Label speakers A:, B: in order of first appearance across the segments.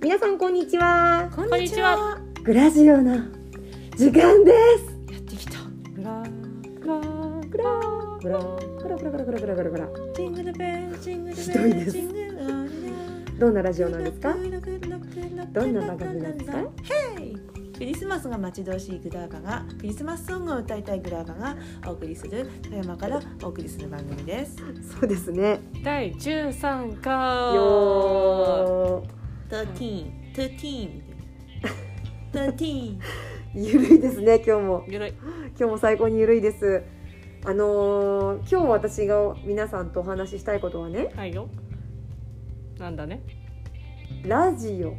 A: 皆さんこんにちは
B: こん
C: にちは
A: グラジオの時間です
B: やってきた
C: グラ
A: グラグラグラグラグラグラグラグラグラ
C: ジングルベルジングルベル
A: ひどいです
C: ジングルベル
A: どんなラジオなんですかど
C: ど
A: んな番組なんですか
C: クリスマスが待ち遠しいグラーバがクリスマスソングを歌いたいグラーバがお送りする富山からお送りする番組です
A: そうですね
B: 第十三回
A: よ
C: 13 13 13
A: ーゆるいですね今日も
B: ゆるい
A: 今日も最高にゆるいですあのー今日私が皆さんとお話ししたいことはね
B: はいよなんだね
A: ラジオ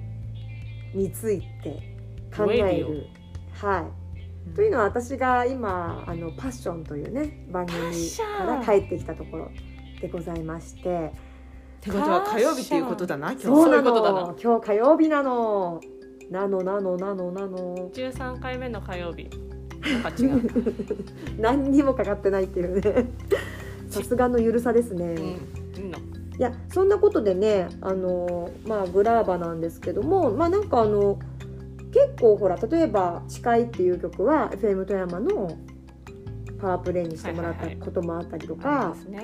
A: について考え
B: レデ
A: るはいというのは私が今あの「パッション」というね番組
B: パッション
A: から帰ってきたところでございまして
C: ってことは火曜日っていうことだな今日
A: そうな
B: そういうこ
A: の
B: とだな
A: 今日火曜日なのなのなのなのなの
B: 十三回目の火曜日なんか違う、
A: 何にもかかってないっていう ねさすがのゆるさですね、
B: うん
A: い
B: いいの
A: やそんなことでねあのまあグラーバなんですけどもまあなんかあの結構ほら例えば「近い」っていう曲は FM 富山のパワープレイにしてもらっ
B: はい
A: た
B: はいはい
A: こともあったりとか、
B: あれですね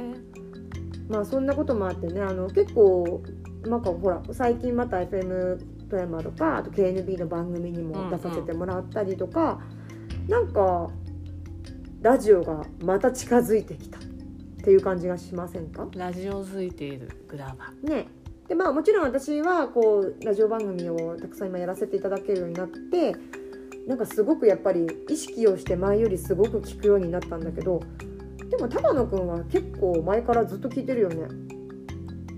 A: まあそんなこともあってねあの結構なんかほら最近また FM 富山とかあと KNB の番組にも出させてもらったりとか、なんかラジオがまた近づいてきたっていう感じがしませんか
B: ラジオづいているグラバ
A: ねでまあ、もちろん私はこうラジオ番組をたくさん今やらせていただけるようになってなんかすごくやっぱり意識をして前よりすごく聞くようになったんだけどでも高野くんは結構前からずっと聞いてるよね。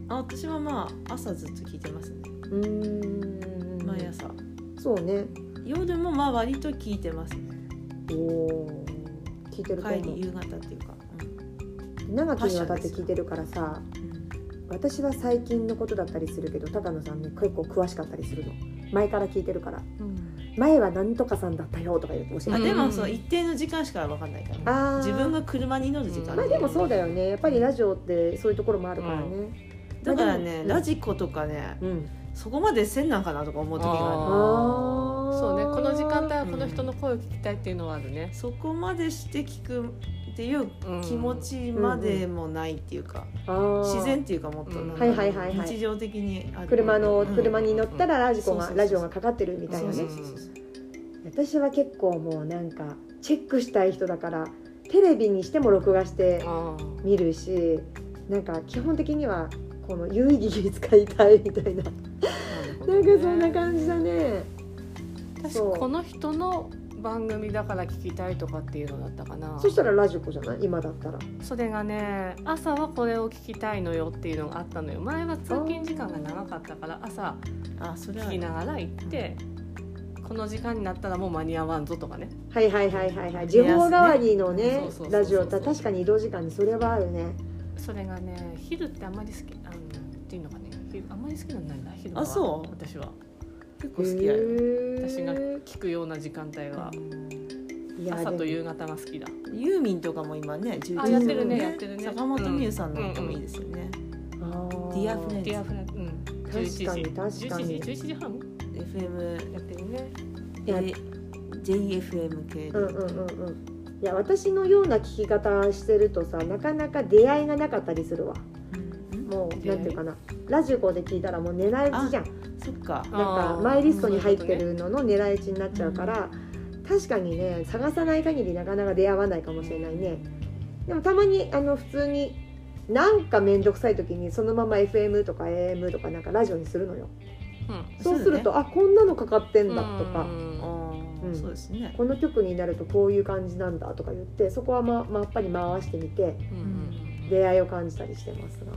C: あ私はまあ朝ずっと聞いてますね
A: うーん
C: 毎朝
A: そうね
C: 夜もまあ割と聞いてますね
A: おー聞いてると
C: 帰
A: 思
C: り
A: う
C: 夕方っていうか、
A: 長きにわたって聞いてるからさ私は最近のことだったりするけど高野さんね結構詳しかったりするの前から聞いてるから前はなんとかさんだったよとか言って教
C: あ
A: えて、
C: で
B: う
C: も
B: ん
C: そう一定の時間しか分かんないから、
A: あー
C: 自分が車に乗る時間、
A: まあでもそうだ
C: よ
A: よねやっぱりラジオってそういうところもあるからね、
C: だからね、
A: うん
C: ラジコとかね
A: うん
C: そこまでせんなんかなとか思う時がある
B: あー
A: ー
B: そうねこの時間帯はこの人の声を聞きたいっていうのはあるね、
C: そこまでして聞くっていう
B: うん
C: 気持ちまでもないっていうか、
A: あー
C: 自然っていうかもっとなんか
B: うんはいはい
A: はいはい
C: 日常的にある
A: 車
C: う
A: の
C: ん
A: 車に乗ったらラジコが、
C: うん
A: ラジオがかかってるみたい
C: そ
A: な
C: う
A: ね
C: そうそうそう
A: 私は結構もうなんかチェックしたい人だからテレビにしても録画して
B: あー
A: 見るしなんか基本的にはこの有意義に使いたいみたいななんかそんな感じだね
B: 確か
A: そう
B: この人の番組だから聞きたいとかっていうのだったかな
A: そしたらラジコじゃない今だったら
B: それがね朝はこれを聞きたいのよっていうのがあったのよ前は通勤時間が長かったから朝
C: あそれは
B: 聞きながら行ってこの時間になったらもう間に合わんぞとかね
A: はいはいはいはいはい時報代わりの
B: 目安
A: ね
B: ねそうそうそうそう
A: ラジオだ確かに移動時間にそれはあるね
B: それがね昼ってあんまり好きあのっていうのがね昼あんまり好きなんだよな昼は
C: あそう
B: 私は
C: 結構好きだよ、
B: 私
A: 私
B: が聞くような時間帯が朝と夕方が好きだ
C: ユーミンとかも今ね充実
B: あ
A: やってるね
B: やってるね
C: 坂本美優さんの歌もいいですよね、
A: 「
C: ディアフレン
B: ディアフラうん11
A: 確
B: 時
A: かに確かに
B: 11時11時半
C: FM
B: やってるね
C: J- JFM 系
A: うんうんうんうんいや私のような聞き方してるとさなかなか出会いがなかったりするわ
C: うん
A: もう
B: 出
A: な
B: 会い
A: んていうかなラジコで聞いたらもう狙い撃ちじゃん
C: そっか
A: なんか
B: あー
A: マイリストに入って
B: そうい
A: る
B: う
A: のの狙い撃ちになっちゃうから確かにね探さない限りなかなか出会わないかもしれないねでもたまにあの普通になんか面倒くさい時にそのまま FM とか AM とかなんかラジオにするのよ
B: ことね
A: そうすると、あこんなのかかってんだとか、
B: うん
C: あー
A: うん
C: そうですね
A: この曲になるとこういう感じなんだとか言ってそこはままあやっぱり回してみて
B: うんうん
A: 出会いを感じたりしてますが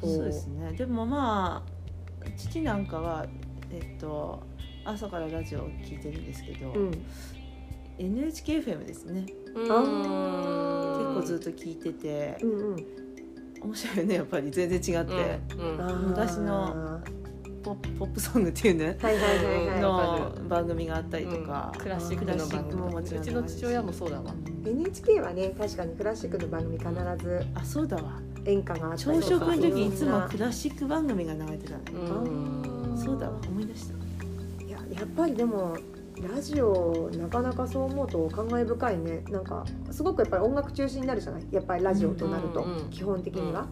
A: そう
C: そうですねでもまあ父なんかはえっと朝からラジオを聞いてるんですけど、
A: うん、
C: NHKFM ですね
B: うん
A: あ
C: 結
A: ー
C: 構ずっと聞いてて
A: うんうん
C: 面白いよねやっぱり全然違って、
B: うんうん
C: 昔
A: の
C: のポポップソングっていうね
A: はいはいはいは
B: わか
C: の番組があったりとか、
B: クラシックの番組
C: クラシックももちろん
B: うちの父親もそうだわ
A: い NHK はね確かにクラシックの番組必ず
C: あそうだわ
A: 演歌があったりと
C: 朝
A: か
C: 食の時い
A: そ
C: つ
A: んな
C: もクラシック番組が流れてたの
B: う
C: よ、
B: ん
A: あー
C: そうだわ思い出した
A: いややっぱりでもラジオなかなかそう思うと感慨深いねなんかすごくやっぱり音楽中心になるじゃないやっぱりラジオとなると、
B: うんうん
A: 基本的には、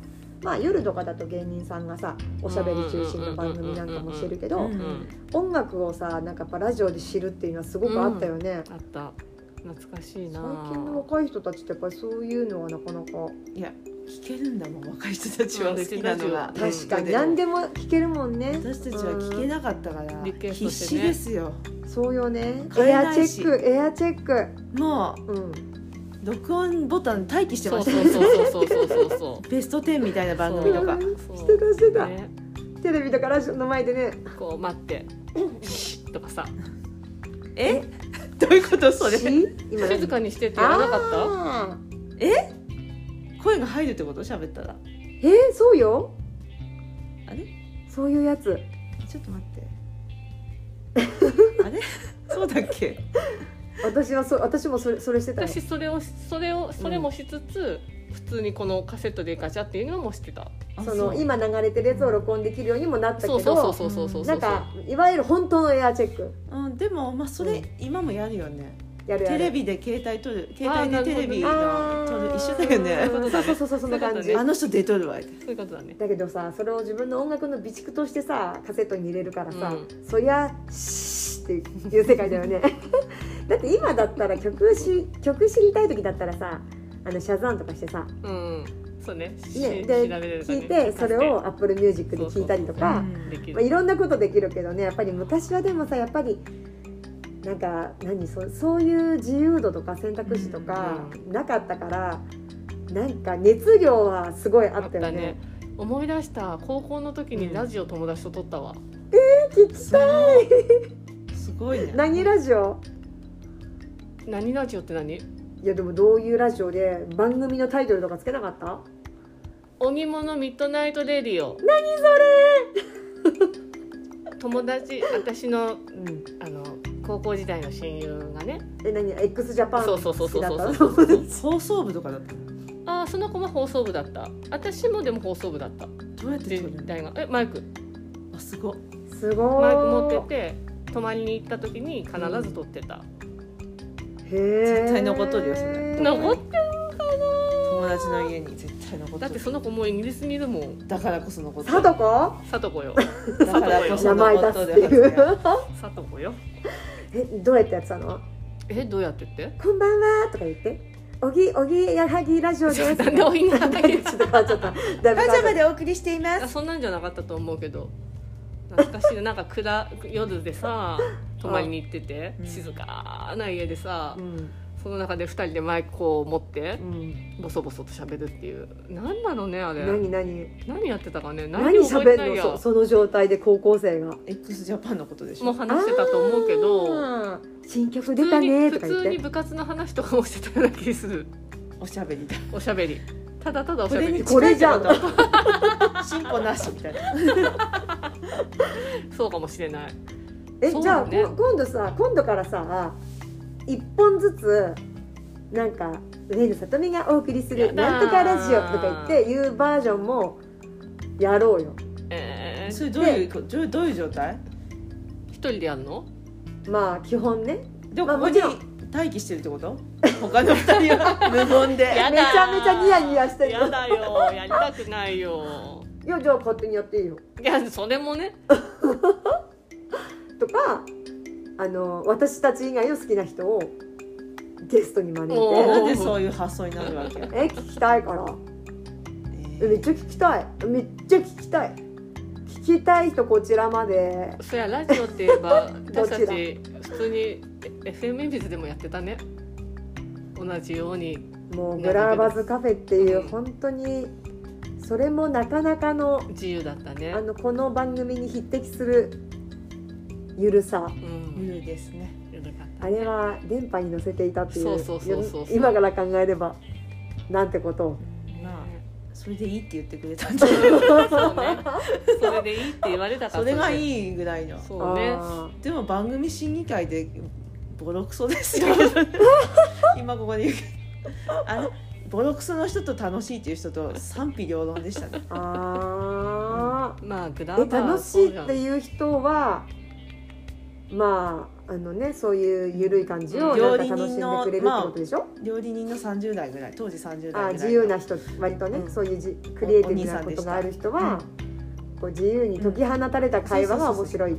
A: まあ夜とかだと芸人さんがさおしゃべり中心の番組なんかもしてるけど、
C: うん
B: うん
A: 音楽をさなんかやっぱラジオで知るっていうのはすごくあったよね、
B: あった懐かしいな
A: 最近の若い人たちってやっぱりそういうのはなかなか
C: いや聞けるんだもん若い人たちは好きなのが
B: うん
A: 確かに
C: な
A: 何
C: んで
A: でも聞けるもんね
C: 私たちは聞けなかったか
B: う
C: ら
B: んリクエスト
C: 必
B: して
C: 死
B: ね
C: ですよ
A: そうよね
C: 買
A: エ
C: え
A: ア
C: な
A: チェ
C: いし
A: ックエアチェック
C: も
A: うん
C: う録音ボタン待機して
B: そ
C: ま
B: う
C: した
B: そうそうそうそうそうそうそ
C: ベスト10みたいな番組とか
A: うん
B: う
A: してた してた、
B: ね
A: テレビとかラジオの前でね
B: こう待ってシッとかさ
C: えどういうことそれ
A: し今
B: 静かにしてってやらなかっ
A: あー
C: 声が入るってこと喋ったら
A: えー、そうよ
C: あれ
A: そういうやつ
C: ちょっと待って あれそうだっけ
A: 私はそ私もそれそれしてた
B: た
A: よ
B: 私それをそれをそれもしつつ、普通にこのカセットでガチャっていうのもしてた
C: あ
A: その
C: う
A: 今流れてるやつを録音できるようにもなったけ
B: そ
A: ど
B: うそうそうそうそうそうそう
A: なんかいわゆる本当のエアチェック
C: うん、でもまあそれ、
A: うん
C: 今もやるよね
A: やるや
C: テ
A: る
C: レビで携帯撮る携帯でテレビ
B: あー
C: が
A: あー
C: 撮る一緒だよね
A: うんそうそうそうそうそんな感
B: そうい
A: じ
B: うこと
C: あの人出とるわ
B: そういうことだね
A: だけどさそれを自分の音楽の備蓄としてさカセットに入れるからさ、
B: う
A: そりゃシーっていう世界だよね だって今だったら曲し曲知りたい時だったらさあのシャザーンとかしてさ、
B: うんそうねし
A: ね、
B: 調べ
A: で
B: れるか
A: 聞
B: ね
A: いてそれを Apple Music で聞いたりとか
B: でき
A: まあ、い
B: る
A: ろんなことできるけどねやっぱり昔はでもさやっぱりなんか何そそういう自由度とか選択肢とかなかったから、なんか熱量はすごいあ
B: あっ
A: った
B: た
A: よね
B: ね思い出した高校の時にラジオ友達と撮ったわ、
A: 聞きたい
C: すごいね
A: 何ラジオ
B: 何ラジオって何
A: いやでもどういうラジオで番組のタイトルとかつけなかった
B: 鬼物ミッドナイトレディオ
A: 何そ
B: 友達私の
A: れ、うん、
B: あの高校時代の親友がね
A: え何 x ジャパン
B: そうそうそうそうそう
A: 好きだったの
C: 放送部とかだったの
B: ああその子も放送部だった私もでも放送部だった
C: どうやって撮る
B: 全
C: の
B: 大学えマイク
C: あすごい
A: すごい
B: マイク持ってて泊まりに行った時に必ず撮ってた、
A: へえ
C: 絶対残っとるよそれ
B: 残っ
C: 友達の家に絶対残っ
B: だ
C: て
B: って
C: る
B: その子もうイギリスにいるもん
C: だからこそ残って
A: さとこ
B: 聡子よ
C: だからこそ
A: 名前
C: 残
A: 出
C: っ
A: すってて
C: るはず
A: い
C: だよ
A: う
B: 聡子よ
A: えどうやってやってたの
B: えどうやってって
A: こんばんはとか言って。おぎ、おぎ、やはぎラジオです。
B: なんでおぎやはぎ
A: ちょっと変わっちゃった。だいぶ
C: パ
A: 変わっ
C: ジャ
A: ちゃ
C: マ
A: っ
C: でお送りしていま
B: あ
C: す
B: そんなんじゃなかったと思うけど懐かしいななんか暗夜でさ泊まりに行ってて
C: うん
B: 静かな家でさ、
A: た。うん、
B: その中で2人でマイクを持って
A: うん、
B: ボソボソと喋るっていう何なのねあれ
A: 何、何、
B: 何やってたかね
A: 何
B: 何も覚え
A: 喋
B: てない
A: るの、
B: や
A: そ、その状態で高校生が。
C: X ジャパンのことでし
B: もう
C: ょ
B: 話してたと思うけど
A: あー。新曲
B: 普
A: 出
B: 通
A: た
B: に
A: ね
B: 普
A: とか言っ
B: 通に
A: て。
B: 部活の話とかもしてたような気する
C: おしゃべりだ
B: おしゃべりただただお
C: こ
B: しゃべ
C: れ
B: り
C: に
A: こ
C: 近
A: れ
C: いって
A: じゃ
C: こ
A: ん
C: と進歩なしみたいな
B: そうかもしれない
A: え、
B: そう
A: じゃあ、
B: だね
A: こ今度さ、今度からさ。一本ずつ。なんか、上野さとみがお送りす
B: や
A: る、
B: だー
A: なんとかラジオとか言って、いうバージョンも。やろうよ。
B: えー
C: それどういうこどうどういう状態
B: 一人でやるの
A: まあ、基本ね。
C: でも
A: まあ
C: ここ
A: も
C: に
A: ちろん
C: 待機してるってこと他の二人 は無言で
A: だーめちゃめちゃニヤニヤしてる
B: やだよやりたくないよ
A: いや、じゃあ、勝手にやっていいよ。
B: いやそれもね
A: とかあの私たち以外の好きな人をゲストに招い
B: おー
A: て
C: なんでそういう発想になるわけ、
A: 「え聞きたいからえめっちゃ聞きたいめっちゃ聞きたい聞きたい人こちらまで
B: そやラジオって言えば
A: ど
B: 私
A: ちら
B: たち普通にえ FM 鉛筆でもやってたね同じように
A: もうグラバズカフェっていう
B: うん
A: 本当にそれもなかなかの
B: 自由だったね
A: あのこの番組に匹敵するゆるさ
B: うん
C: 無理ですね
B: よかった
A: あれは電波に乗せていたってい
B: そう
A: う
B: そうそうそう
A: 今から考えればなんてことを
C: ま
B: ね
C: あそれでいいって言ってくれたんじゃない
B: そうねそれでいいって言われたから
C: それが
B: い
C: いいぐらいの
B: そうね
A: あ
C: でも番組審議会 でボロクソですよ今ここで言うけどあのボロクソの人と楽しいっていう人と賛否両論でしたね
A: あ
B: まあグラ
A: ーえ
B: バー
A: 楽しいっていう人はまああのねそういう緩い感じをなんか楽しんでくれるってことでしょ、
C: 料理人の30代ぐらい当時30代ぐ
A: あ
C: らい
A: ー
C: の
A: 自由な人割とね、
C: うん
A: そういうじクリエイティブな
C: おお兄さん
A: こ
C: でした
A: とがある人は、こう自由に解き放たれた会話が面白い、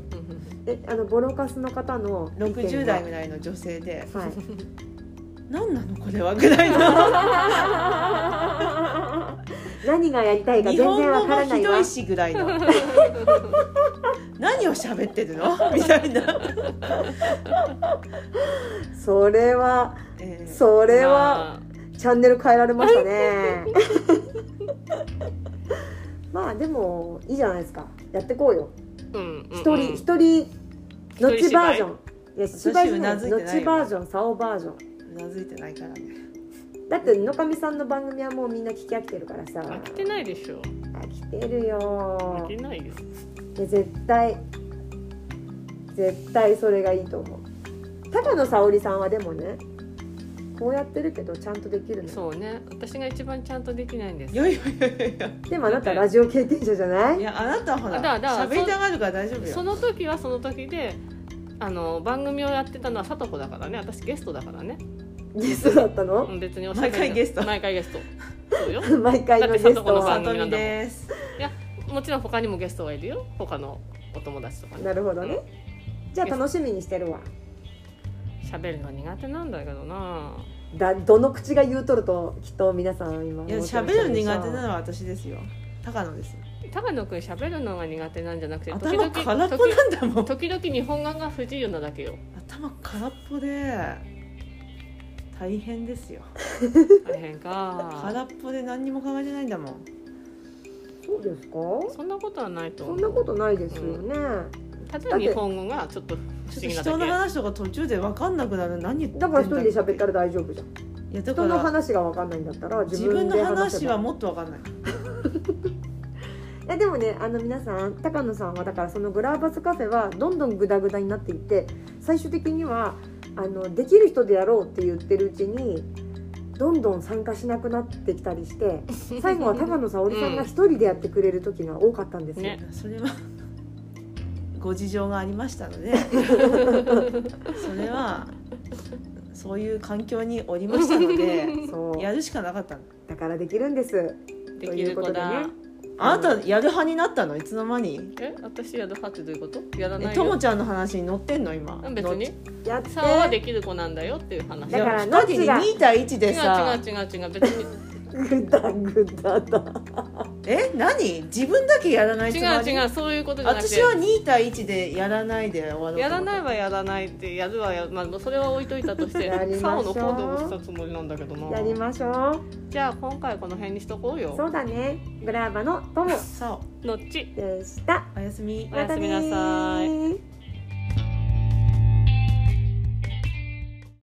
A: えあのボロカスの方の意見が
C: 60代ぐらいの女性で
A: はい
C: 「何なのこれは」ぐらいの
A: 何がやりたいか全
C: 日
A: 然
C: 本
A: わ
C: 語
A: から
C: も
A: な
C: ひ
A: い
C: ど
A: わ
C: いしぐらいの「何を喋ってるの?」みたいな、
A: それは
C: えー
A: それはチャンネル変えられましたねまあでもいいじゃないですかやってこうよ一人一人のちバージョンいや芝居じゃない
C: 私うなずいて
A: の
C: ないよ
A: ちバージョン竿バージョン
C: うなずいてないからね
A: だって野上さんの番組はもうみんな聞き飽きてるからさ
B: 飽きてないでしょ
A: 飽きてる
B: 飽
A: よ
B: きないです
A: いや絶対絶対それがいいと思う高野沙織さんはでもねこうやってるけどちゃんとできるのよ
B: そうね私が一番ちゃんとできないんです
C: いやいやいやいや
A: でもあなたラジオ経験者じゃない
C: いやあなたはほら
B: あだからだから
C: 喋りたがるから大丈夫
B: そ
C: よ
B: の時はその時であの番組をやってたのはさとこだからね私ゲストだからね
A: ゲストだったの
B: うん別におしゃべり
C: 毎回ゲスト
B: 毎回ゲストそうよ
A: 毎回のゲスト
B: だっ
A: は
B: て
C: 里見です
B: もちろん他にもゲストがいるよ他のお友達とかね
A: なるほどねじゃあ楽しみにしてるわ
B: 喋るの苦手なんだけどな
A: だどの口が言うとるときっと皆さん今
C: いや
A: 思ってらっ
C: 喋
A: しゃ
C: るの
A: でしょ
C: 苦手なのは私ですよ高野です
B: 高野君喋るのが苦手なんじゃなくて時
C: 頭
B: 々
C: 空っぽなんだもん
B: 時々日本語が不自由なだけよ
C: 頭空っぽで大変ですよ
B: 大変 か
C: 空っぽで何にも考えてないんだもん
A: そうですか
B: そんなことはないと
A: そ
B: 思
A: んな
B: う
A: ことないですよね、
B: ただ日本語がちょっと不
C: ちょ
B: 思
C: っと
B: 議な
C: 人の
B: だ
C: 話とか途中で分かんなくなる何言ってん
A: だから一人で喋った
C: ら
A: ら大丈夫じゃん
C: いやだか
A: 人の
C: ら
A: 話が分かんないんだったら
C: 自
A: 自
C: 分
A: 分で
C: の
A: 話せ
C: 話
A: ば
C: はもっと分かんない
A: いやでもねあの皆さん高野さんはだからそのグラーバスカフェはどんどんグダグダになっていって最終的にはあのできる人でやろうって言ってるうちにどんどん参加しなくなってきたり して
B: け
A: 最後は高野さん織さんが一人でやってくれる時が多かったんですよ、
B: ね
C: それは ご事情がありましたので それはそういう環境におりましたので
A: そう
C: やるしかなかったの
A: だからできるんです
B: できる子だ
A: というこ
C: あなたやる派になったのいつの間に
B: え私やる派ってどういうことやら
C: え
B: ない
C: とも
B: よ
C: ちゃんの話に乗ってんの今
B: 別に
A: やって
B: さあはできる子なんだよっていう話
A: だ
C: だ
A: か
C: からら
A: のっ
C: 2
A: ち
C: 人に
A: が
C: 2対1
B: 違う
C: でさ
B: 違う違う違う別に
A: グダグダだ
C: え何自分だけやらないつ
B: 違
C: も
B: う
C: り
B: 違うそういうことじゃなく
C: 私
B: て
C: は2対1でやらないで終わろうと思った
B: やらないはやらないってやるはやまあそれは置いといたとして
A: やりましょう
B: サオの行動をしたつもりなんだけどな
A: やりましょう
B: じゃあ今回この辺にしとこうよ
A: そうだねグラーバのとも
C: そう
B: のっち
A: でした
C: おやすみ
B: おやすみなさい
A: またねー